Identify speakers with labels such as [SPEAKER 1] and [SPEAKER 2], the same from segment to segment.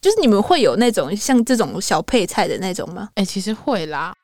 [SPEAKER 1] 就是你们会有那种像这种小配菜的那种吗？
[SPEAKER 2] 哎、其实会啦。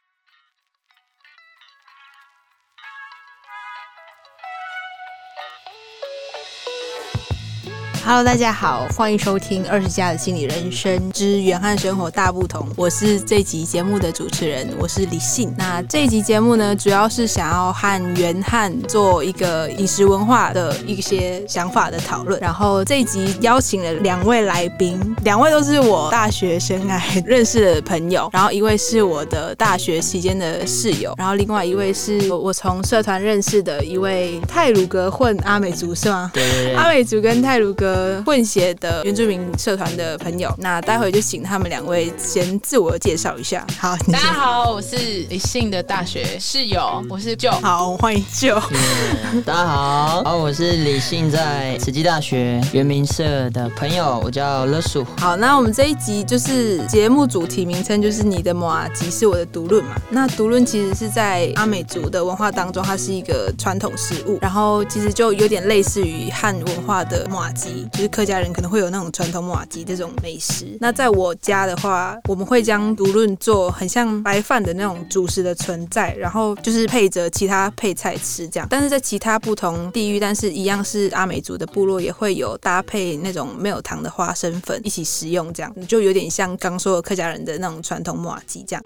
[SPEAKER 1] Hello，大家好，欢迎收听《二十加的心理人生之远汉生活大不同》，我是这集节目的主持人，我是李信。那这集节目呢，主要是想要和元汉做一个饮食文化的一些想法的讨论。然后这集邀请了两位来宾，两位都是我大学生涯 认识的朋友，然后一位是我的大学期间的室友，然后另外一位是我从社团认识的一位泰鲁格混阿美族，是吗？
[SPEAKER 3] 对对
[SPEAKER 1] 阿美族跟泰鲁格混血的原住民社团的朋友，那待会就请他们两位先自我介绍一下。好，你
[SPEAKER 2] 大
[SPEAKER 1] 先
[SPEAKER 2] 家好，我是李信的大学室友，我是舅。
[SPEAKER 1] 好，欢迎就。
[SPEAKER 3] 对，大家好，好，我是李信，在慈济大学原民社的朋友，我叫乐鼠。
[SPEAKER 1] 好，那我们这一集就是节目主题名称就是你的马吉是我的独论嘛。那独论其实是在阿美族的文化当中，它是一个传统食物，然后其实就有点类似于汉文化的马吉，就是客家人可能会有那种传统马吉这种美食。那在我家的话，我们会将独论做很像白饭的那种主食的存在，然后就是配着其他配菜吃这样。但是在其他不同地域，但是一样是阿美族的部落也会有搭配那种没有糖的花生粉一起食用，这样就有点像刚说的客家人的那种传统马吉这样。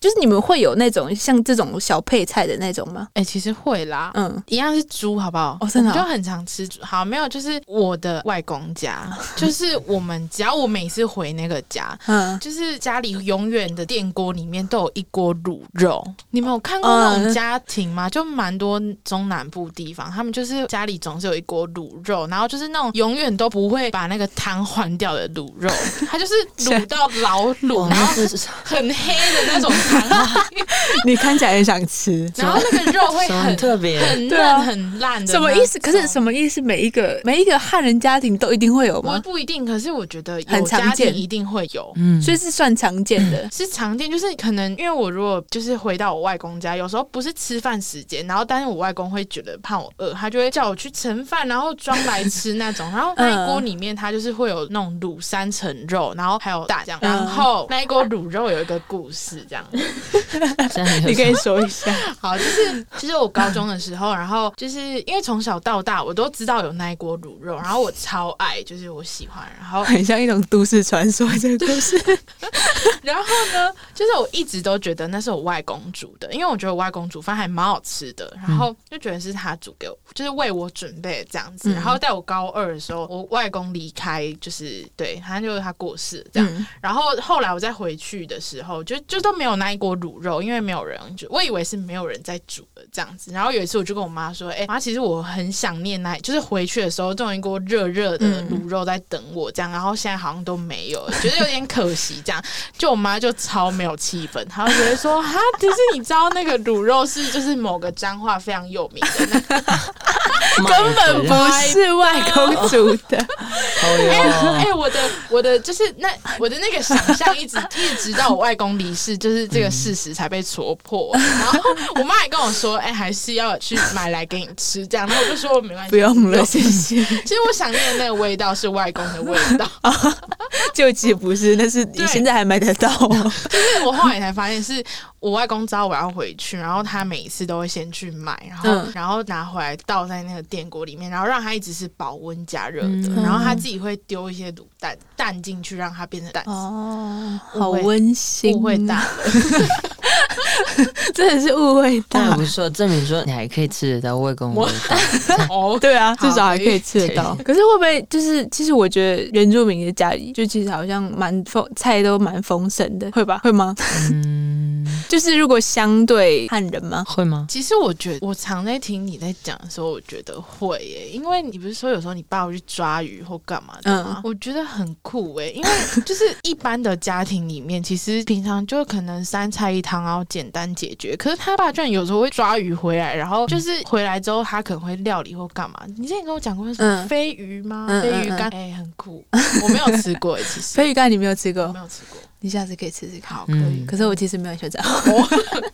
[SPEAKER 1] 就是你们会有那种像这种小配菜的那种吗？
[SPEAKER 2] 哎、其实会啦。
[SPEAKER 1] 嗯，
[SPEAKER 2] 一样是猪，好不好？
[SPEAKER 1] 哦真的哦
[SPEAKER 2] 我们就很常吃猪。好，没有，就是我的外公 家，就是我们只要我每次回那个家，
[SPEAKER 1] 嗯，
[SPEAKER 2] 就是家里永远的电锅里面都有一锅卤肉。你们有看过那种
[SPEAKER 1] 嗯
[SPEAKER 2] 家庭吗？就蛮多中南部地方，他们就是家里总是有一锅卤肉，然后就是那种永远都不会把那个汤换掉的卤肉，它就是卤到老 卤，
[SPEAKER 3] 哇
[SPEAKER 2] 然后
[SPEAKER 3] 那是
[SPEAKER 2] 很黑的那种 汤，
[SPEAKER 1] 你看起来很想吃，
[SPEAKER 2] 然后那个肉会
[SPEAKER 3] 什么很
[SPEAKER 2] 很
[SPEAKER 3] 特别？
[SPEAKER 2] 很
[SPEAKER 1] 对啊
[SPEAKER 2] 嫩很烂的。
[SPEAKER 1] 什么意思？可是什
[SPEAKER 2] 么？
[SPEAKER 1] 么意思？每一个每一个汉人家庭都一定会有
[SPEAKER 2] 我
[SPEAKER 1] 吗？
[SPEAKER 2] 不一定，可是我觉得有
[SPEAKER 1] 很常
[SPEAKER 2] 家庭
[SPEAKER 1] 见
[SPEAKER 2] 一定会有。
[SPEAKER 3] 嗯
[SPEAKER 1] 所以是算常见的。
[SPEAKER 2] 是常见，就是可能因为我如果就是回到我外公家，有时候不是吃饭时间，然后但是我外公会觉得怕我饿，他就会叫我去盛饭，然后装来吃那种。然后那一锅里面它就是会有那种卤三层肉，然后还有蛋这样。
[SPEAKER 1] 嗯
[SPEAKER 2] 然后那一锅卤肉有一个故事这样。
[SPEAKER 3] 这样
[SPEAKER 1] 你可以说一下，
[SPEAKER 2] 好，就是就是我高中的时候，然后就是因为从小到大我都知道有那一锅卤肉，然后我超爱，就是我喜欢，然后
[SPEAKER 1] 很像一种都市传说这个故 事。
[SPEAKER 2] 然后呢，就是我一直都觉得那是我外公煮的，因为我觉得我外公煮饭还蛮好吃的，然后就觉得是他煮给我，就是为我准备这样子。
[SPEAKER 1] 嗯
[SPEAKER 2] 然后在我高二的时候，我外公离开，就是对，他就是他过世这样。
[SPEAKER 1] 嗯
[SPEAKER 2] 然后后来我再回去的时候，就就都没有那一锅卤肉，因为没有人煮，我以为是没有人在煮的这样子。然后有一次我就跟我妈说：“哎、妈，其实我很想念那，就是回去的时候，种一锅热热的
[SPEAKER 1] 嗯
[SPEAKER 2] 卤肉在等我这样。然后现在好像都没有，觉得有点可惜这样。就我妈就超没有气氛，她就觉得说：哈，可是你知道那个卤肉是就是某个彰化非常有名的那
[SPEAKER 3] 根
[SPEAKER 1] 本 不是外公煮的，
[SPEAKER 2] 哎、
[SPEAKER 1] 啊
[SPEAKER 3] 哦哟，
[SPEAKER 2] 我的我的就是那我的那个想象，一直一直到我外公离世，就是这个事实才被戳破。然后我妈也跟我说，哎、还是要去买来给你吃这样。然后我就说我没关
[SPEAKER 1] 不
[SPEAKER 2] 系。
[SPEAKER 1] 用了，谢 谢。
[SPEAKER 2] 其实我想念的那个味道是外公的味道，
[SPEAKER 1] 就其实不是，那是你
[SPEAKER 2] 对
[SPEAKER 1] 现在还买得到 哦。
[SPEAKER 2] 就是我后来才发现，是我外公知道我要回去，然后他每一次都会先去买，然后、
[SPEAKER 1] 嗯
[SPEAKER 2] 然后拿回来倒在那个电锅里面，然后让它一直是保温加热的，
[SPEAKER 3] 嗯
[SPEAKER 2] 然后他自己会丢一些卤蛋蛋进去，让它变成蛋丝。
[SPEAKER 1] 哦，好
[SPEAKER 2] 好
[SPEAKER 1] 温馨，啊
[SPEAKER 2] 误会 大，了，
[SPEAKER 1] 真的是误会
[SPEAKER 3] 但
[SPEAKER 1] 大
[SPEAKER 3] 不。错，证明说你还可以吃得到味公味道。
[SPEAKER 2] 哦，
[SPEAKER 1] 对啊，
[SPEAKER 2] 好
[SPEAKER 1] 至少还可以吃得到。可是会不会就是，其实我觉得原住民的家里，就其实好像蛮丰菜都蛮丰盛的，会吧？会 吗？
[SPEAKER 3] 嗯，
[SPEAKER 1] 就是如果相对汉人吗？
[SPEAKER 3] 会吗？
[SPEAKER 2] 其实我觉得，我常在听你在讲的时候，我觉得会耶、因为你不是说有时候你爸会去抓鱼或干嘛的吗？
[SPEAKER 1] 嗯
[SPEAKER 2] 我觉得很酷哎、因为就是一般的家庭里面，其实平常就可能三菜一汤，然后简单解决。可是他爸居然有时候会抓鱼回来，然后就是回来之后他可能会料理或干嘛。你之前跟我讲过什么
[SPEAKER 1] 嗯
[SPEAKER 2] 飞鱼吗？
[SPEAKER 1] 嗯
[SPEAKER 2] 飞鱼干哎、很酷，我没有吃过哎、其实
[SPEAKER 1] 飞鱼干你没有吃过
[SPEAKER 2] 我没有吃过。
[SPEAKER 1] 你下次可以吃吃看。
[SPEAKER 2] 好，可以
[SPEAKER 3] 嗯，
[SPEAKER 1] 可是我其实没有很喜欢吃 熬，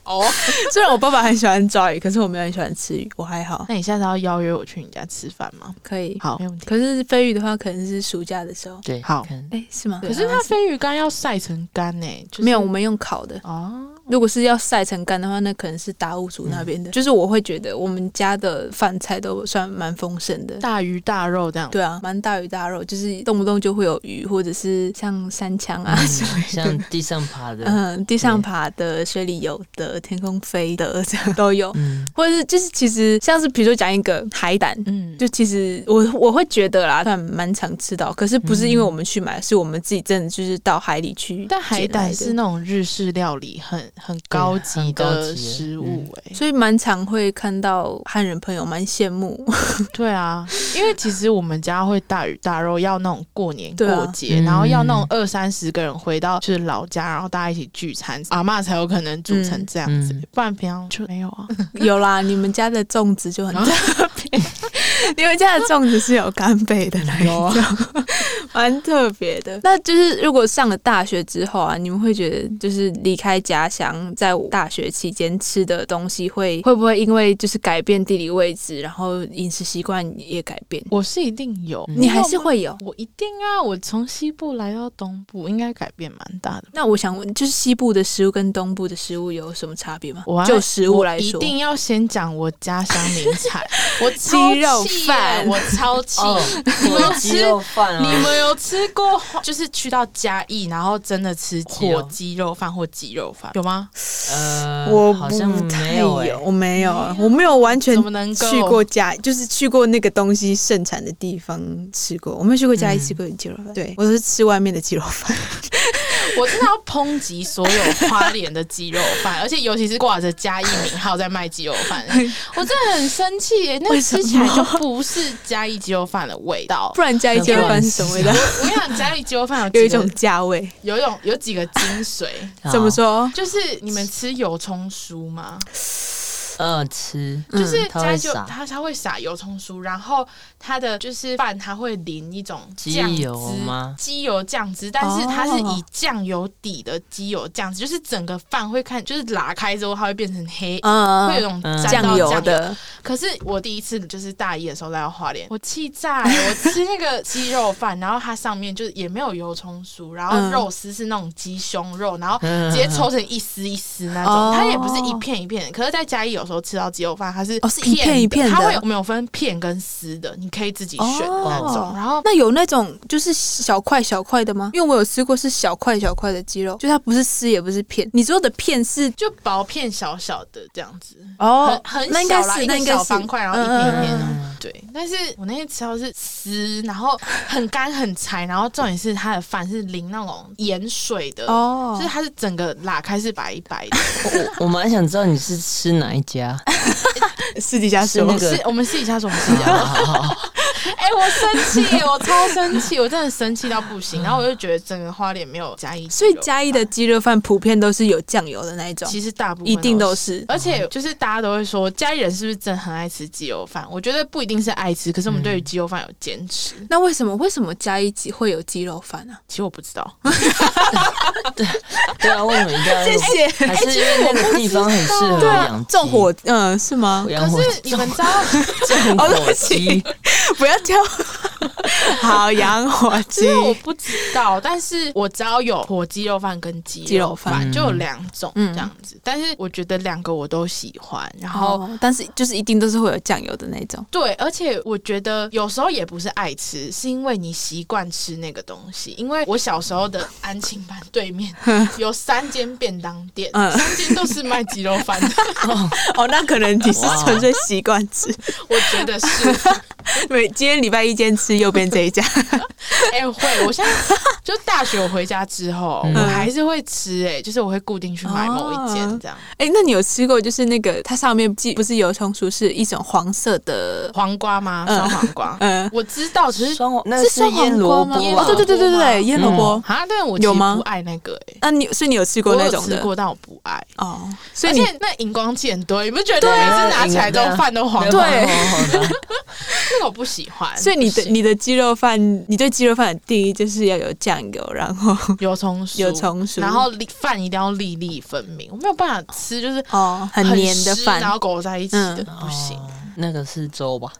[SPEAKER 2] 哦。
[SPEAKER 1] 虽然我爸爸很喜欢抓鱼，可是我没有很喜欢吃鱼，我还好，
[SPEAKER 2] 那你下次要邀约我去你家吃饭吗？
[SPEAKER 1] 可以。
[SPEAKER 2] 好，没问题。
[SPEAKER 1] 可是飞鱼的话，可能是暑假的时候。
[SPEAKER 3] 对，
[SPEAKER 2] 好
[SPEAKER 3] 看
[SPEAKER 1] 哎、是吗？
[SPEAKER 2] 可是它鲱鱼干要晒成干呢、就是
[SPEAKER 1] 没有，我们用烤的。
[SPEAKER 2] 哦，
[SPEAKER 1] 如果是要晒成干的话，那可能是达悟族那边的。就是我会觉得我们家的饭菜都算蛮丰盛的。
[SPEAKER 2] 大鱼大肉这样。
[SPEAKER 1] 对啊，蛮大鱼大肉，就是动不动就会有鱼，或者是像山枪啊
[SPEAKER 3] 嗯
[SPEAKER 1] 什么
[SPEAKER 3] 像地上爬的，
[SPEAKER 1] 嗯，地上爬的、水里游的、天空飞的，这样都有。
[SPEAKER 3] 嗯，
[SPEAKER 1] 或者是就是其实像是比如说讲一个海胆，
[SPEAKER 2] 嗯，
[SPEAKER 1] 就其实我我会觉得啦，算蛮常吃到，可是不是因为我们去买，是我们自己真的就是到海里去。
[SPEAKER 2] 嗯但海胆是，那种日式料理很，很高级
[SPEAKER 3] 很高
[SPEAKER 2] 的
[SPEAKER 3] 级的嗯
[SPEAKER 2] 食物哎、
[SPEAKER 1] 所以蛮常会看到汉人朋友蛮羡慕。
[SPEAKER 2] 对啊，因为其实我们家会大鱼大肉，要那种过年
[SPEAKER 1] 对啊
[SPEAKER 2] 过节，
[SPEAKER 3] 嗯
[SPEAKER 2] 然后要那种二三十个人回到就是老家，然后大家一起聚餐，阿嬷才有可能煮成这样子，
[SPEAKER 3] 嗯嗯
[SPEAKER 2] 不然平常就没有啊。
[SPEAKER 1] 有啦，你们家的粽子就很特别， 你们家的粽子是有干贝的那一
[SPEAKER 2] 有啊
[SPEAKER 1] 种， 蛮特别 的。那就是如果上了大学之后啊，你们会觉得就是离开家乡，在大学期间吃的东西会会不会因为就是改变地理位置，然后饮食习惯也改变？
[SPEAKER 2] 我是一定有，
[SPEAKER 3] 嗯
[SPEAKER 1] 你还是会有。
[SPEAKER 2] 我一定啊！我从西部来到东部，应该改变蛮大的。
[SPEAKER 1] 那我想问，就是西部的食物跟东部的食物有什么差别吗
[SPEAKER 2] 我？
[SPEAKER 1] 就食物来
[SPEAKER 2] 一
[SPEAKER 1] 说，
[SPEAKER 2] 定要先讲我家乡名 产，我超
[SPEAKER 1] 鸡肉
[SPEAKER 2] 气耶
[SPEAKER 1] 饭
[SPEAKER 2] 我超气。
[SPEAKER 3] 哦，火鸡肉饭
[SPEAKER 2] 你
[SPEAKER 3] 啊，
[SPEAKER 2] 们有吃过？
[SPEAKER 1] 嗯
[SPEAKER 2] 就是去到嘉义，然后真的吃火鸡肉饭或鸡肉饭 有吗？
[SPEAKER 3] 呃，
[SPEAKER 1] 我
[SPEAKER 3] 好像
[SPEAKER 1] 不太
[SPEAKER 3] 没有哎，
[SPEAKER 1] 我没有啊，我没有完全
[SPEAKER 2] 欸怎么能够
[SPEAKER 1] 去过嘉，就是去过那个东西盛产的地方吃过，我没有去过嘉义
[SPEAKER 3] 嗯
[SPEAKER 1] 吃过鸡肉饭，对我都是吃外面的鸡肉饭，
[SPEAKER 2] 我真的要抨击所有花莲的鸡肉饭，而且尤其是挂着嘉义名号在卖鸡肉饭，我真的很生气耶！那
[SPEAKER 1] 为
[SPEAKER 2] 个
[SPEAKER 1] 什
[SPEAKER 2] 吃
[SPEAKER 1] 么
[SPEAKER 2] 起来就不是嘉义鸡肉饭的味道。
[SPEAKER 1] 不然嘉义鸡肉饭是什么味道？
[SPEAKER 2] 我跟你讲，嘉义鸡肉饭有
[SPEAKER 1] 有
[SPEAKER 2] 几
[SPEAKER 1] 一
[SPEAKER 2] 个
[SPEAKER 1] 种价位，
[SPEAKER 2] 有一种有几个精髓，
[SPEAKER 3] 好
[SPEAKER 1] 怎么？说？
[SPEAKER 2] 就是你们吃油葱酥吗？
[SPEAKER 3] 呃，吃，
[SPEAKER 1] 嗯
[SPEAKER 2] 就是
[SPEAKER 3] 它
[SPEAKER 2] 加
[SPEAKER 3] 会
[SPEAKER 2] 就
[SPEAKER 3] 撒
[SPEAKER 2] 它它会撒油葱酥，然后它的就是饭它会淋一种
[SPEAKER 3] 鸡
[SPEAKER 2] 酱
[SPEAKER 3] 油
[SPEAKER 2] 汁
[SPEAKER 3] 吗
[SPEAKER 2] 鸡油酱汁，但是
[SPEAKER 1] 哦
[SPEAKER 2] 它是以酱油底的鸡油酱汁，就是整个饭会看，就是拉开之后它会变成黑。
[SPEAKER 1] 嗯
[SPEAKER 2] 会有一种
[SPEAKER 3] 嗯
[SPEAKER 2] 沾到
[SPEAKER 1] 酱油
[SPEAKER 2] 油。
[SPEAKER 1] 的，
[SPEAKER 2] 可是我第一次就是大一的时候来到花莲，我气炸了！我吃那个鸡肉饭，然后它上面就是也没有油葱酥，然后
[SPEAKER 1] 嗯
[SPEAKER 2] 肉丝是那种鸡胸肉，然后
[SPEAKER 3] 嗯
[SPEAKER 2] 直接抽成一丝一丝那
[SPEAKER 1] 哦
[SPEAKER 2] 种，它也不是一片一片的。可是，在嘉义有时候吃到鸡肉饭，它是
[SPEAKER 1] 哦是一片一片的
[SPEAKER 2] 它会有没有分片跟丝的，你可以自己选
[SPEAKER 1] 哦
[SPEAKER 2] 那种。然后
[SPEAKER 1] 那有那种就是小块小块的吗？因为我有吃过是小块小块的鸡肉，就它不是丝也不是片，你说的片是
[SPEAKER 2] 就薄片小小的这样子，
[SPEAKER 1] 哦，
[SPEAKER 2] 很很
[SPEAKER 1] 那应
[SPEAKER 2] 小
[SPEAKER 1] 该
[SPEAKER 2] 啦，
[SPEAKER 1] 是
[SPEAKER 2] 一
[SPEAKER 1] 那
[SPEAKER 2] 个
[SPEAKER 1] 应该
[SPEAKER 2] 小
[SPEAKER 1] 是
[SPEAKER 2] 方块，然后一片一片的。
[SPEAKER 1] 嗯嗯嗯
[SPEAKER 3] 嗯
[SPEAKER 2] 对，但是我那天吃到是丝，然后很干很柴，然后重点是它的饭是淋那种盐水的，
[SPEAKER 1] 哦
[SPEAKER 2] 就是它是整个拉开是白白的。
[SPEAKER 3] 我我蛮想知道你是吃哪一家，
[SPEAKER 1] 私底下
[SPEAKER 3] 是那个
[SPEAKER 2] 是我们私底下说我们私
[SPEAKER 3] 好
[SPEAKER 2] 底下
[SPEAKER 1] 啊
[SPEAKER 2] 说，
[SPEAKER 3] 好好
[SPEAKER 2] 哎、我生气耶，我超生气，我真的生气到不行。然后我就觉得整个花莲没有嘉义，
[SPEAKER 1] 所以嘉义的鸡肉饭普遍都是有酱油的那一种，
[SPEAKER 2] 其实大部分
[SPEAKER 1] 一定
[SPEAKER 2] 都
[SPEAKER 1] 都
[SPEAKER 2] 是。
[SPEAKER 1] 是。嗯
[SPEAKER 2] 而且就是大家都会说，嘉义人是不是真的很爱吃鸡肉饭？我觉得不一定是爱吃，可是我们对于
[SPEAKER 1] 嗯
[SPEAKER 2] 鸡肉饭有坚持。
[SPEAKER 1] 那为什么为什么嘉义鸡会有鸡肉饭啊呢、
[SPEAKER 2] 其实我不知道，
[SPEAKER 3] 对啊，为什么一定要？
[SPEAKER 1] 谢。
[SPEAKER 3] 还是因为那个地方很适合
[SPEAKER 1] 对
[SPEAKER 3] 养
[SPEAKER 1] 啊
[SPEAKER 3] 鸡，
[SPEAKER 1] 纵火，嗯，是吗？
[SPEAKER 3] 养
[SPEAKER 2] 可
[SPEAKER 3] 火
[SPEAKER 2] 是你们知道，
[SPEAKER 3] 纵
[SPEAKER 1] 哦 对
[SPEAKER 3] 火
[SPEAKER 1] 不起
[SPEAKER 3] 鸡，
[SPEAKER 1] 不要 叫。好，养火
[SPEAKER 2] 其
[SPEAKER 1] 鸡
[SPEAKER 2] 实我不知道，但是我知道有火鸡肉饭跟鸡
[SPEAKER 1] 鸡
[SPEAKER 2] 肉
[SPEAKER 1] 肉
[SPEAKER 2] 饭，
[SPEAKER 1] 饭
[SPEAKER 2] 就有两种
[SPEAKER 1] 嗯
[SPEAKER 2] 这样子。但是我觉得两个我都喜欢，然后
[SPEAKER 1] 哦，但是就是一定都是会有酱油的那种。
[SPEAKER 2] 对，而且我觉得有时候也不是爱吃，是因为你习惯吃那个东西。因为我小时候的安庆班对面 有三间便当店，
[SPEAKER 1] 嗯
[SPEAKER 2] 三间都是卖鸡肉饭的，
[SPEAKER 1] 哦，那可能你是
[SPEAKER 3] 哇
[SPEAKER 1] 纯粹习惯吃，
[SPEAKER 2] 我觉得是。
[SPEAKER 1] 每今天礼拜一间吃右边这一家。
[SPEAKER 2] 哎、会，我现在就大学我回家之后，
[SPEAKER 3] 嗯
[SPEAKER 2] 我还是会吃、哎，就是我会固定去买某一间这样。
[SPEAKER 1] 哎，那你有吃过就是那个它上面既不是油葱酥，是一种黄色的，
[SPEAKER 2] 黄瓜吗？
[SPEAKER 1] 嗯
[SPEAKER 2] 烧黄瓜。
[SPEAKER 1] 嗯，
[SPEAKER 2] 我知道，只是
[SPEAKER 3] 双黄那
[SPEAKER 1] 是
[SPEAKER 3] 是
[SPEAKER 1] 酸
[SPEAKER 3] 腌
[SPEAKER 1] 黄瓜
[SPEAKER 3] 萝卜
[SPEAKER 1] 吗？
[SPEAKER 2] 腌
[SPEAKER 3] 啊，
[SPEAKER 1] 哦，对对对对对对，
[SPEAKER 2] 嗯
[SPEAKER 1] 腌萝卜。
[SPEAKER 2] 啊，但是我其实
[SPEAKER 1] 有吗
[SPEAKER 2] 不爱那个、哎，
[SPEAKER 1] 那你所以你有吃过
[SPEAKER 2] 我
[SPEAKER 1] 那
[SPEAKER 2] 有
[SPEAKER 1] 种
[SPEAKER 2] 吃
[SPEAKER 1] 的
[SPEAKER 2] 过，但我不爱。
[SPEAKER 1] 哦，所
[SPEAKER 2] 而
[SPEAKER 1] 以你啊
[SPEAKER 2] 且那荧光剂很多，你不觉得每次拿起来之后饭都黄？
[SPEAKER 1] 对
[SPEAKER 3] 啊对，啊
[SPEAKER 2] 那个我不喜欢。
[SPEAKER 1] 所以你的
[SPEAKER 2] 不行
[SPEAKER 1] 你的鸡肉饭，你对鸡肉饭的第一就是要有酱油，然后
[SPEAKER 2] 有葱酥，
[SPEAKER 1] 有葱酥
[SPEAKER 2] 然后粒饭一定要粒粒分明，我没有办法吃，就是
[SPEAKER 1] 哦很黏的
[SPEAKER 2] 湿
[SPEAKER 1] 饭嗯
[SPEAKER 2] 然。后裹在一起的，不行。
[SPEAKER 3] 哦那个是粥吧？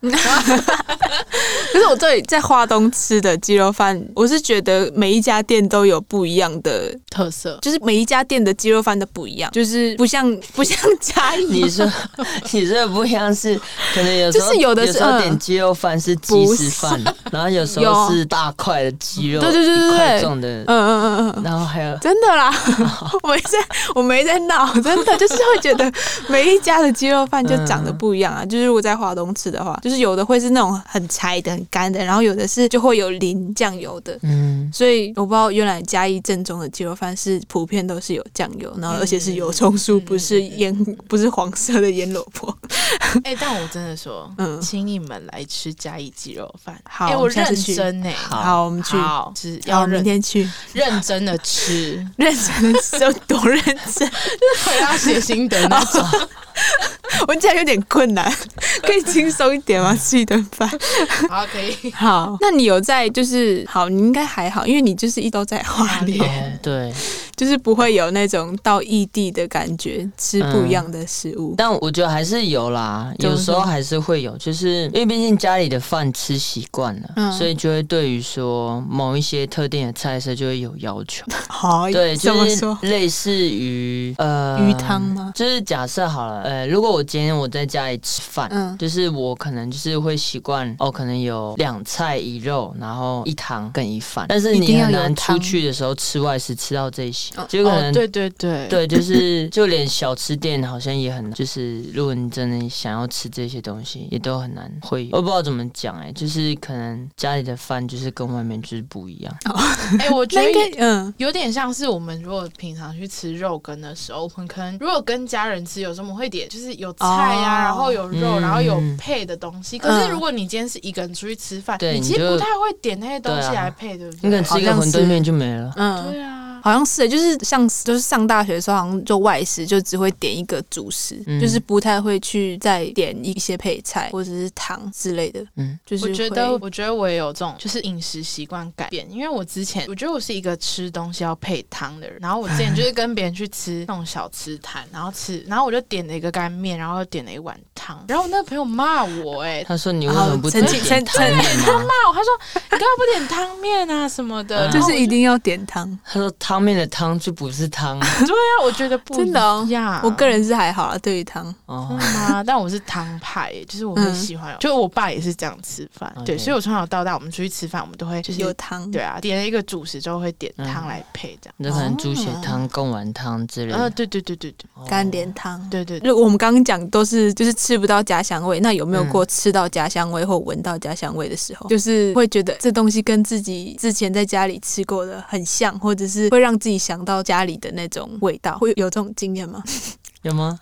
[SPEAKER 1] 可是我对在花东吃的鸡肉饭，我是觉得每一家店都有不一样的，
[SPEAKER 2] 特色
[SPEAKER 1] 就是每一家店的鸡肉饭都不一样，就是不像不像嘉义
[SPEAKER 3] 你说 你这个不一样是，可能有时候
[SPEAKER 1] 就是有的是
[SPEAKER 3] 时候
[SPEAKER 1] 嗯
[SPEAKER 3] 点鸡肉饭是鸡丝饭，然后有时候
[SPEAKER 1] 有
[SPEAKER 3] 是大块的鸡肉，
[SPEAKER 1] 对对对对
[SPEAKER 3] 一
[SPEAKER 1] 对
[SPEAKER 3] 块重的
[SPEAKER 1] 嗯，嗯嗯嗯嗯。
[SPEAKER 3] 然后还有
[SPEAKER 1] 真的啦， 我没在，我没在闹， 真的就是会觉得每一家的鸡肉饭就长得不一样啊。就是如果在华东吃的话，就是有的会是那种很柴的、很干的，然后有的是就会有淋酱油的。
[SPEAKER 3] 嗯，
[SPEAKER 1] 所以我不知道原来嘉义正宗的鸡肉饭是普遍都是有酱油，然后而且是油葱酥，不是腌， 不是黄色的腌萝卜。
[SPEAKER 2] 哎、但我真的说，
[SPEAKER 1] 嗯
[SPEAKER 2] 请你们来吃嘉义鸡肉饭。
[SPEAKER 1] 好
[SPEAKER 2] 哎
[SPEAKER 1] 我
[SPEAKER 2] 我
[SPEAKER 1] 们下
[SPEAKER 2] 认
[SPEAKER 1] 次去
[SPEAKER 2] 真哎、
[SPEAKER 3] 好
[SPEAKER 1] 好，我们去，
[SPEAKER 2] 好，是要
[SPEAKER 1] 好，明
[SPEAKER 2] 认
[SPEAKER 1] 天去，
[SPEAKER 2] 认真的吃，
[SPEAKER 1] 认真的吃，有 多认真？
[SPEAKER 2] 会要写心得那 种。
[SPEAKER 1] 哦我这样有点困难，可以轻松一点 吗？吃一顿饭。
[SPEAKER 2] 好，可以。
[SPEAKER 1] 好，那你有在就是好，你应该还好，因为你就是一都在花莲，
[SPEAKER 3] 哦对，
[SPEAKER 1] 就是不会有那种到异地的感觉，吃不一样的食物。
[SPEAKER 3] 但我觉得还是有啦，
[SPEAKER 1] 怎么
[SPEAKER 3] 有
[SPEAKER 1] 说
[SPEAKER 3] 时候还是会有，就是因为毕竟家里的饭吃习惯了，
[SPEAKER 1] 嗯
[SPEAKER 3] 所以就会对于说某一些特定的菜色就会有要求。
[SPEAKER 1] 好，
[SPEAKER 3] 对，
[SPEAKER 1] 哎怎
[SPEAKER 3] 就
[SPEAKER 1] 么
[SPEAKER 3] 是
[SPEAKER 1] 说？
[SPEAKER 3] 类似于呃
[SPEAKER 1] 鱼汤吗
[SPEAKER 3] 就是假设好了，呃，如果我今天我在家里吃饭，
[SPEAKER 1] 嗯
[SPEAKER 3] 就是我可能就是会习惯哦，可能有两菜一肉，然后一汤跟一饭，但是
[SPEAKER 1] 一定
[SPEAKER 3] 你
[SPEAKER 1] 要
[SPEAKER 3] 很
[SPEAKER 1] 有
[SPEAKER 3] 难出
[SPEAKER 1] 汤
[SPEAKER 3] 去的时候吃外食吃到这些
[SPEAKER 1] 哦，
[SPEAKER 3] 就可能
[SPEAKER 2] 哦，对对对，
[SPEAKER 3] 对，就是就连小吃店好像也很难，就是如果你真的想要吃这些东西，也都很难会。我不知道怎么讲哎、就是可能家里的饭就是跟外面就是不一
[SPEAKER 1] 哦
[SPEAKER 3] 样。
[SPEAKER 2] 哎、我觉
[SPEAKER 1] 那
[SPEAKER 2] 得
[SPEAKER 1] 应该嗯
[SPEAKER 2] 有点像是我们如果平常去吃肉羹的时候，我们可能如果跟家人吃，有时候我们会点就是有菜啊，
[SPEAKER 1] 哦
[SPEAKER 2] 然后有肉，
[SPEAKER 3] 嗯
[SPEAKER 2] 然后有配的东西。可是如果你今天是一个人出去吃饭，
[SPEAKER 3] 对
[SPEAKER 2] 你其实
[SPEAKER 3] 你就
[SPEAKER 2] 不太会点那些东西
[SPEAKER 3] 对啊
[SPEAKER 2] 来配，对不
[SPEAKER 3] 你
[SPEAKER 2] 对？
[SPEAKER 3] 可能吃一个
[SPEAKER 1] 好像
[SPEAKER 3] 馄
[SPEAKER 1] 是
[SPEAKER 3] 饨面就没了。
[SPEAKER 1] 嗯。
[SPEAKER 2] 对啊，
[SPEAKER 1] 好像是欸，就是上就是上大学的时候，好像就外食就只会点一个主食，
[SPEAKER 3] 嗯
[SPEAKER 1] 就是不太会去再点一些配菜或者是糖之类的。
[SPEAKER 3] 嗯，
[SPEAKER 1] 就是
[SPEAKER 2] 我觉
[SPEAKER 1] 会
[SPEAKER 2] 得，我觉得我也有这种，就是饮食习惯改变。因为我之前，我觉得我是一个吃东西要配汤的人。然后我之前就是跟别人去吃那种小吃摊，然后吃，然后我就点了一个干面，然后又点了一碗汤。然后我那个朋友骂我、哎，
[SPEAKER 3] 他说你为什么不
[SPEAKER 1] 好
[SPEAKER 3] 吃
[SPEAKER 1] 澄清
[SPEAKER 3] 点汤
[SPEAKER 1] 澄
[SPEAKER 3] 面吗？
[SPEAKER 2] 骂我，他说你干嘛不点汤面啊什么的，
[SPEAKER 1] 就
[SPEAKER 2] 然后
[SPEAKER 1] 是一定要点糖。
[SPEAKER 3] 他说汤面的汤就不是汤
[SPEAKER 2] 对啊，我觉得不
[SPEAKER 1] 真的哦
[SPEAKER 2] 一样。
[SPEAKER 1] 我个人是还好啦，对于糖，
[SPEAKER 3] 哦
[SPEAKER 2] 真。的吗？但我是汤 派耶，就是我会
[SPEAKER 1] 嗯
[SPEAKER 2] 喜欢，就是我爸也是这样吃饭，哦对，
[SPEAKER 3] OK
[SPEAKER 2] 所以我从小到大，我们出去吃饭，我们都会就是
[SPEAKER 1] 有糖。
[SPEAKER 2] 对啊，点了一个主食之后会点汤
[SPEAKER 3] 嗯
[SPEAKER 2] 来配这样。
[SPEAKER 3] 那可能猪血汤、贡丸汤之类
[SPEAKER 2] 呃，
[SPEAKER 3] 的，
[SPEAKER 2] 对对对对对
[SPEAKER 3] 哦
[SPEAKER 1] 哦干莲汤。
[SPEAKER 2] 对对对，
[SPEAKER 1] 就我们刚刚讲都是就是吃不到家乡味，那有没有过吃到家乡味或闻到家乡味的时候，嗯就是会觉得这东西跟自己之前在家里吃过的很像，或者是会让自己想到家里的那种味道，会有这种经验吗？
[SPEAKER 3] 有吗？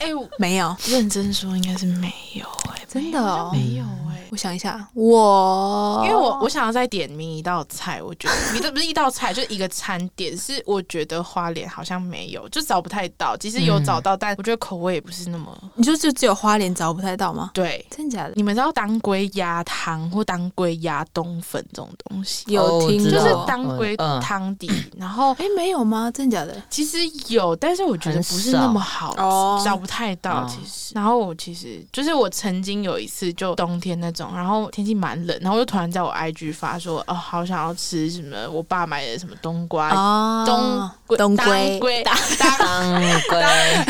[SPEAKER 2] 哎，我
[SPEAKER 1] 没有，
[SPEAKER 2] 认真说应该是没有哎，
[SPEAKER 1] 真的哦
[SPEAKER 2] 没有哎。
[SPEAKER 1] 我想一下，我
[SPEAKER 2] 因为
[SPEAKER 3] 哦
[SPEAKER 2] 我我想要再点名一道菜，我觉得你这不是一道菜，就是一个餐点，是我觉得花莲好像没有，就找不太到。其实
[SPEAKER 3] 嗯
[SPEAKER 2] 有找到，但我觉得口味也不是那么
[SPEAKER 1] 你说就只有花莲找不太到吗？
[SPEAKER 2] 对。
[SPEAKER 1] 真假的？
[SPEAKER 2] 你们知道当归鸭汤或当归鸭冬粉这种东西，
[SPEAKER 1] 有听过？
[SPEAKER 3] 我知
[SPEAKER 2] 就
[SPEAKER 3] 道嗯
[SPEAKER 2] 是当归汤底，然后
[SPEAKER 1] 哎、没有吗？真假的？
[SPEAKER 2] 其实有，但是我觉得不是那么好
[SPEAKER 1] 很少哦
[SPEAKER 2] 吃，找不太到。
[SPEAKER 3] 嗯
[SPEAKER 2] 其实，然后我其实就是我曾经有一次就冬天那种，然后天气蛮冷，然后我就突然在我 IG 发说，哦，好想要吃什么我爸买的什么冬瓜。
[SPEAKER 1] 哦
[SPEAKER 2] 冬归
[SPEAKER 1] 冬
[SPEAKER 2] 当
[SPEAKER 1] 归
[SPEAKER 2] 归当当，
[SPEAKER 3] 当归
[SPEAKER 2] 哎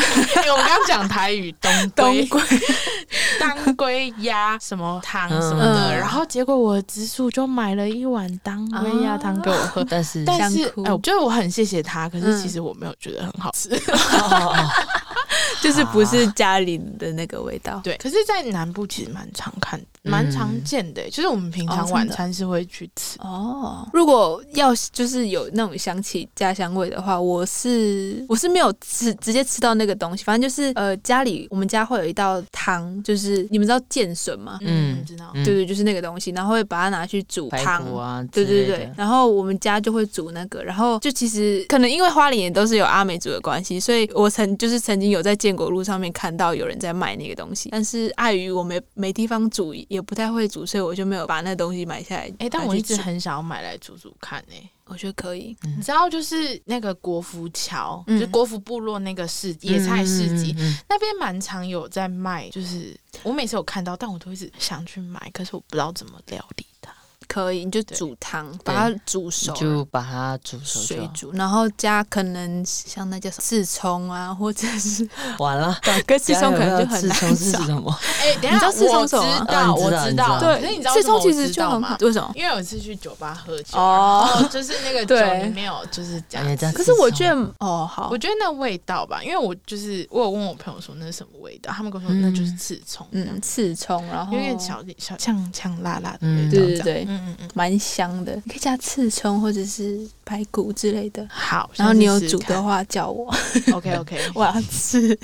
[SPEAKER 2] 我刚刚讲台语冬
[SPEAKER 1] 冬
[SPEAKER 2] 归
[SPEAKER 1] 归，
[SPEAKER 2] 当归鸭什么汤什么的，
[SPEAKER 1] 嗯
[SPEAKER 2] 然后结果我的直属就买了一碗当归鸭汤给我
[SPEAKER 1] 嗯
[SPEAKER 2] 喝。
[SPEAKER 3] 但是
[SPEAKER 2] 但是
[SPEAKER 1] 想，哭
[SPEAKER 2] 哎、我觉得我很谢谢他，可是
[SPEAKER 1] 嗯
[SPEAKER 2] 其实我没有觉得很好吃。
[SPEAKER 3] 哦哦
[SPEAKER 1] 就是不是家里的那个味道。
[SPEAKER 2] 对，可是，在南部其实蛮常看、蛮常见的、欸就是我们平
[SPEAKER 1] 哦真
[SPEAKER 2] 常
[SPEAKER 1] 的
[SPEAKER 2] 晚餐是会去吃。
[SPEAKER 1] 哦，如果要就是有那种想起家乡味的话，我是我是没有吃直接吃到那个东西，反正就是呃家里我们家会有一道汤，就是你们知道剑笋吗？
[SPEAKER 2] 嗯，
[SPEAKER 3] 嗯
[SPEAKER 2] 知道。
[SPEAKER 3] 嗯
[SPEAKER 1] 对对，就是那个东西，然后会把它拿去煮
[SPEAKER 3] 排
[SPEAKER 1] 汤
[SPEAKER 3] 骨。啊
[SPEAKER 1] 对
[SPEAKER 3] 之
[SPEAKER 1] 对
[SPEAKER 3] 类的，
[SPEAKER 1] 对，然后我们家就会煮那个，然后就其实可能因为花莲也都是有阿美族的关系，所以我曾就是曾经有在建国路上面看到有人在卖那个东西，但是碍于我没没地方煮，也不太会煮，所以我就没有把那东西买下来。
[SPEAKER 2] 哎、但
[SPEAKER 1] 拿
[SPEAKER 2] 我
[SPEAKER 1] 去
[SPEAKER 2] 一直
[SPEAKER 1] 煮
[SPEAKER 2] 很想要买来煮煮看哎、
[SPEAKER 1] 我觉得可以，
[SPEAKER 2] 你知道就是那个国服桥，
[SPEAKER 1] 嗯
[SPEAKER 2] 就是国服部落那个市野菜市集，
[SPEAKER 3] 嗯嗯嗯嗯
[SPEAKER 2] 那边蛮常有在卖，就是我每次有看到，但我都一直想去买，可是我不知道怎么料理它。
[SPEAKER 1] 可以，你就
[SPEAKER 2] 对
[SPEAKER 1] 煮汤，把它煮熟，
[SPEAKER 3] 就把它煮熟就
[SPEAKER 1] 水
[SPEAKER 3] 好
[SPEAKER 1] 煮，然后加可能像那叫什么刺葱啊，或者 是
[SPEAKER 3] 完了。
[SPEAKER 1] 跟刺葱可能就
[SPEAKER 3] 刺
[SPEAKER 1] 很
[SPEAKER 3] 葱
[SPEAKER 1] 难
[SPEAKER 3] 是
[SPEAKER 1] 找。
[SPEAKER 3] 什 么？
[SPEAKER 2] 哎、等一
[SPEAKER 1] 你知
[SPEAKER 2] 下，
[SPEAKER 1] 道刺葱
[SPEAKER 2] 我
[SPEAKER 1] 什么
[SPEAKER 2] 知
[SPEAKER 1] 吗
[SPEAKER 2] 道，
[SPEAKER 3] 啊你知
[SPEAKER 2] 我
[SPEAKER 3] 道
[SPEAKER 2] 知
[SPEAKER 3] 你
[SPEAKER 2] 道，
[SPEAKER 3] 知道
[SPEAKER 2] 可是你
[SPEAKER 1] 对
[SPEAKER 2] 知，道
[SPEAKER 1] 刺葱其
[SPEAKER 2] 为什么
[SPEAKER 1] 实
[SPEAKER 2] 我知
[SPEAKER 1] 就
[SPEAKER 2] 道
[SPEAKER 1] 很
[SPEAKER 2] 吗？
[SPEAKER 1] 为什么？
[SPEAKER 2] 因为有一次去酒吧喝酒，
[SPEAKER 1] 哦
[SPEAKER 2] 然后就是那个酒
[SPEAKER 1] 对
[SPEAKER 2] 里面有就是讲
[SPEAKER 3] 哎这样
[SPEAKER 1] 可是我觉得，哦，好
[SPEAKER 2] 我，觉得那味道吧，因为我就是我有问我朋友说那是什么味道，他们跟我说
[SPEAKER 3] 嗯
[SPEAKER 2] 那就是刺葱，
[SPEAKER 1] 嗯，刺葱，然后
[SPEAKER 2] 有点小小呛呛辣辣的
[SPEAKER 3] 嗯
[SPEAKER 2] 味道，
[SPEAKER 1] 对对
[SPEAKER 2] 这样
[SPEAKER 1] 对
[SPEAKER 2] 嗯嗯嗯，
[SPEAKER 1] 蛮香的，你可以加刺葱或者是排骨之类的。
[SPEAKER 2] 好。
[SPEAKER 1] 然后你有
[SPEAKER 2] 下次试
[SPEAKER 1] 煮
[SPEAKER 2] 试
[SPEAKER 1] 的话叫我，
[SPEAKER 2] 看，OK OK，
[SPEAKER 1] 我要吃。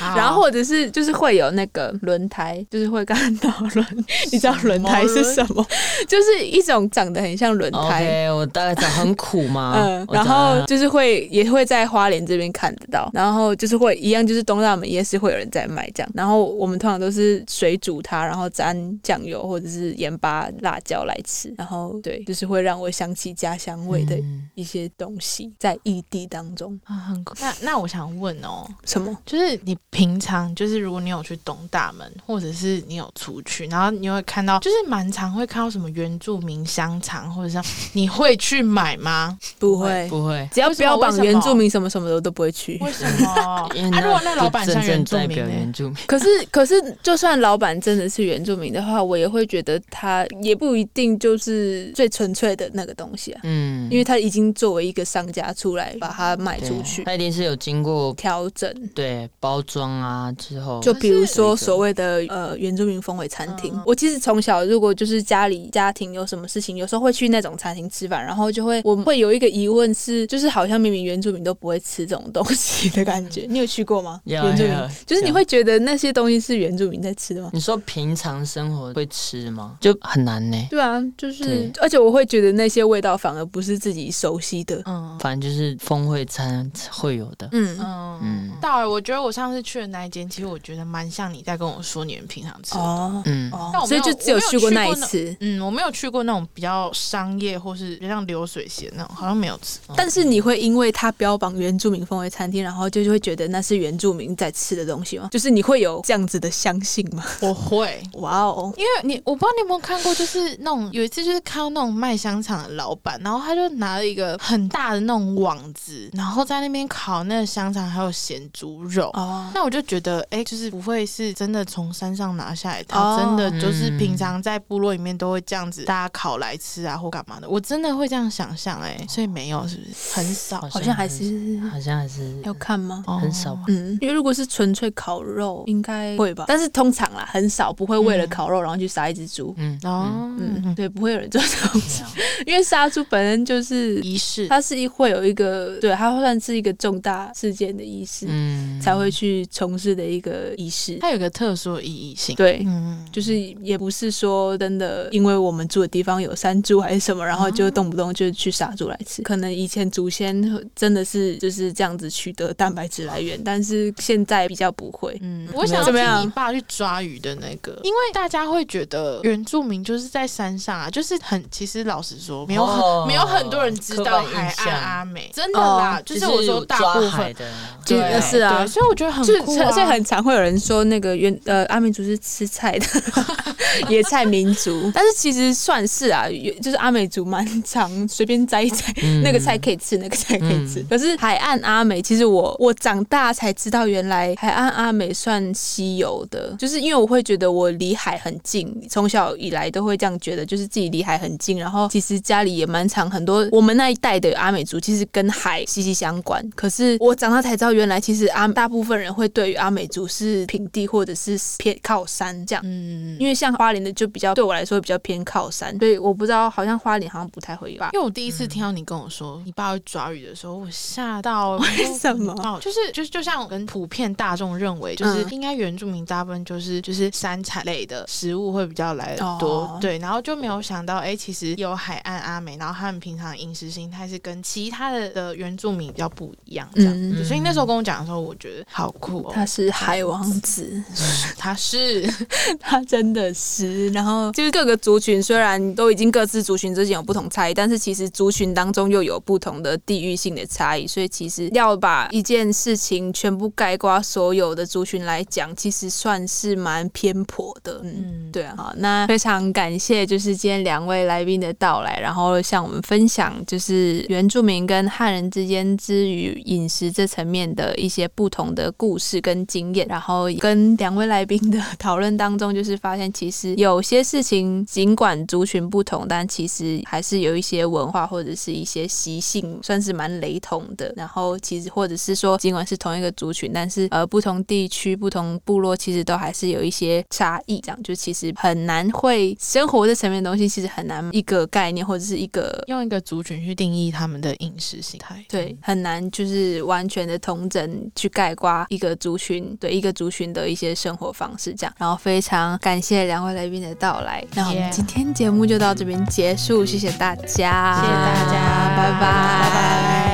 [SPEAKER 1] 然后或者是就是会有那个轮胎，就是会看到轮，你知道轮胎是什么？就是一种长得很像轮胎。
[SPEAKER 3] OK，我大概找很苦嘛。
[SPEAKER 1] 嗯，
[SPEAKER 3] 我
[SPEAKER 1] 然
[SPEAKER 3] 找
[SPEAKER 1] 后
[SPEAKER 3] 它
[SPEAKER 1] 就是会也会在花莲这边看得到，然后就是会一样，就是东大门夜市会有人在卖这样，然后我们通常都是水煮它，然后沾酱油或者是盐巴、辣椒来吃，然后对，就是会让我想起家乡味的
[SPEAKER 3] 嗯
[SPEAKER 1] 一些东西，在异地当中，
[SPEAKER 2] 啊，很酷。那那我想问哦，
[SPEAKER 1] 什么
[SPEAKER 2] 就是你平常就是如果你有去东大门，或者是你有出去，然后你会看到，就是蛮常会看到什么原住民香肠，或者像 你会去买吗？
[SPEAKER 1] 不会，
[SPEAKER 3] 不会，
[SPEAKER 1] 只要
[SPEAKER 2] 为什
[SPEAKER 1] 不
[SPEAKER 2] 么
[SPEAKER 1] 要绑
[SPEAKER 2] 为什么
[SPEAKER 1] 原住民什么什么的，我都不会去。
[SPEAKER 2] 为什么？ 啊，
[SPEAKER 3] 因为
[SPEAKER 2] 如果那老板
[SPEAKER 3] 不
[SPEAKER 2] 像
[SPEAKER 3] 真
[SPEAKER 2] 原
[SPEAKER 3] 正
[SPEAKER 2] 住
[SPEAKER 3] 代
[SPEAKER 2] 民欸
[SPEAKER 3] 表
[SPEAKER 2] 呢？
[SPEAKER 3] 原住民，
[SPEAKER 1] 可是，可是，就算老板真的是原住民的话，我也会觉得他也不一定就是最纯粹的那个东西啊。
[SPEAKER 3] 嗯，
[SPEAKER 1] 因为他已经作为一个商家出来把它卖
[SPEAKER 3] 对
[SPEAKER 1] 出去
[SPEAKER 3] 它一定是有经过
[SPEAKER 1] 调整。
[SPEAKER 3] 对包装啊之后，
[SPEAKER 1] 就比如说
[SPEAKER 3] 可是
[SPEAKER 1] 所谓的呃原住民风味餐厅
[SPEAKER 2] 嗯，
[SPEAKER 1] 我其实从小如果就是家里家庭有什么事情，有时候会去那种餐厅吃饭，然后就会我们会有一个疑问是，就是好像明明原住民都不会吃这种东西的感觉。你有去过吗？
[SPEAKER 3] 有
[SPEAKER 1] 原住民
[SPEAKER 3] 有
[SPEAKER 1] 就是你
[SPEAKER 3] 有
[SPEAKER 1] 会觉得那些东西是原住民在吃的吗？
[SPEAKER 3] 你说平常生活会吃吗？就很难呢、
[SPEAKER 1] 对啊，就是
[SPEAKER 3] 对，
[SPEAKER 1] 而且我会觉得那些味道反而不是自己熟悉的。
[SPEAKER 2] 嗯
[SPEAKER 3] 反正就是峰会餐会有的，
[SPEAKER 1] 嗯，
[SPEAKER 2] 嗯嗯
[SPEAKER 3] 嗯，
[SPEAKER 2] 到了，我觉得我上次去的那一间，其实我觉得蛮像你在跟我说你们平常吃的。
[SPEAKER 1] 哦
[SPEAKER 3] 嗯，
[SPEAKER 2] 但
[SPEAKER 1] 哦，
[SPEAKER 2] 我没
[SPEAKER 1] 所以
[SPEAKER 2] 有
[SPEAKER 1] 就只有去过那一
[SPEAKER 2] 我没有
[SPEAKER 1] 次。
[SPEAKER 2] 嗯，我没有去过那种比较商业或是像流水席那种，好像没有吃过。
[SPEAKER 1] 但是你会因为它标榜原住民风味餐厅，然后就就会觉得那是原住民在吃的东西吗？就是你会有这样子的相信吗？
[SPEAKER 2] 我会，
[SPEAKER 1] 哇哦，
[SPEAKER 2] 因为你我不知道你有没有看过，就是那种有一次就是看到那种卖香肠的老板，然后他就拿了一个很大的那种网子，然后在那边烤那个香肠还有咸猪肉。
[SPEAKER 1] 哦，
[SPEAKER 2] 那我就觉得，哎、就是不会是真的从山上拿下来，
[SPEAKER 1] 哦
[SPEAKER 2] 他真的就是平
[SPEAKER 3] 嗯
[SPEAKER 2] 常在部落里面都会这样子，大家烤来吃啊或干嘛的，我真的会这样想象，哎，所以没有，是不是很少？哦
[SPEAKER 1] 好像还是
[SPEAKER 3] 好像还是
[SPEAKER 1] 要看吗？
[SPEAKER 3] 很少吧。
[SPEAKER 1] 嗯，因为如果是纯粹烤肉，应该会吧，嗯但是通常啦，很少不会为了烤肉然后去杀一只猪。
[SPEAKER 3] 嗯，
[SPEAKER 2] 哦，嗯
[SPEAKER 1] 嗯，对，不会有人做 这种事，因为杀猪本身就是
[SPEAKER 2] 仪式，
[SPEAKER 1] 它是一会有一个，对，它算是一个重大事件的仪式、
[SPEAKER 3] 嗯，
[SPEAKER 1] 才会去从事的一个仪式。
[SPEAKER 2] 它有一个特殊的意义性。
[SPEAKER 1] 对，
[SPEAKER 2] 嗯，
[SPEAKER 1] 就是也不是说真的，因为我们住的地方有山猪还是什么，然后
[SPEAKER 2] 哦
[SPEAKER 1] 就动不动就去杀猪来吃。可能以前祖先真的是就是这样子取得蛋白质来源，但是现在比较不会。
[SPEAKER 2] 嗯，我想要
[SPEAKER 1] 怎么
[SPEAKER 2] 听
[SPEAKER 1] 样
[SPEAKER 2] 你爸去抓鱼的那个，因为大家会觉得原住民就是在山上啊，就是很其实老实说，没有很、
[SPEAKER 3] 哦
[SPEAKER 2] 没有很多人知道
[SPEAKER 3] 刻板
[SPEAKER 2] 海
[SPEAKER 3] 印象
[SPEAKER 2] 岸阿美，真的啦，
[SPEAKER 1] 哦
[SPEAKER 2] 就是我说大部
[SPEAKER 3] 抓海
[SPEAKER 2] 分。
[SPEAKER 3] 的，
[SPEAKER 1] 就
[SPEAKER 2] 对，
[SPEAKER 1] 是啊
[SPEAKER 2] 对所以我觉得很
[SPEAKER 1] 就是
[SPEAKER 2] 酷啊，
[SPEAKER 1] 所以很常会有人说那个原呃阿美族是吃菜的 野菜民族，但是其实算是啊，有就是阿美族蛮常随便摘一摘，
[SPEAKER 3] 嗯
[SPEAKER 1] 那个菜可以吃，那个菜可以吃。
[SPEAKER 3] 嗯
[SPEAKER 1] 可是海岸阿美，其实我我长大才知道，原来海岸阿美算稀有的，就是因为我会觉得我离海很近，从小以来都会这样觉得，就是自己离海很近。然后其实家里也蛮常很多，我们那一代的阿美族其实跟海息息相关。可是我长大才知道，原来其实阿大部分人会对于阿美族是平地或者是偏靠山这样。
[SPEAKER 2] 嗯，
[SPEAKER 1] 因为像花莲的就比较对我来说比较偏靠山，所以我不知道，好像花莲好像不太会有吧。
[SPEAKER 2] 因为我第一次听到你跟我说你爸会抓鱼的时候，我吓 到。
[SPEAKER 1] 为什么？
[SPEAKER 2] 哦，就是就是，就像我跟普遍大众认为，就是
[SPEAKER 1] 嗯
[SPEAKER 2] 应该原住民大部分就是就是山产类的食物会比较来得多，
[SPEAKER 1] 哦
[SPEAKER 2] 对，然后就没有想到，哎、其实有海岸阿美，然后他们平常饮食形态是跟其他的的原住民比较不一样，这样。
[SPEAKER 1] 嗯
[SPEAKER 2] 对所以那时候跟我讲的时候，我觉得好酷虎，
[SPEAKER 1] 他是海王子，
[SPEAKER 2] 他是
[SPEAKER 1] 他真的是。然后就是各个族群虽然都已经各自族群之间有不同差异，但是其实族群当中又有不同的地域性的差异，所以其实要把一件事情全部概括所有的族群来讲，其实算是蛮偏颇的。嗯，对啊。好，那非常感谢就是今天两位来宾的到来，然后向我们分享就是原住民跟汉人之间之于饮食这层面的一些不同的故事跟经验，然后跟两位来宾的讨论当中，就是发现其实有些事情尽管族群不同，但其实还是有一些文化或者是一些习性算是蛮雷同的。然后其实或者是说，尽管是同一个族群，但是呃不同地区、不同部落其实都还是有一些差异。这样就其实很难会生活这层面的东西，其实很难一个概念或者是一个
[SPEAKER 2] 用一个族群去定义他们的饮食形态。
[SPEAKER 1] 对，很难就是完全的同整去概括一个族群，对一个族群的一些生活方式这样。然后非常感谢两位来宾的到来，那我们
[SPEAKER 2] Yeah
[SPEAKER 1] 今天节目就到这边结束，谢谢大家，
[SPEAKER 2] 谢谢大家
[SPEAKER 1] 拜拜
[SPEAKER 2] 拜拜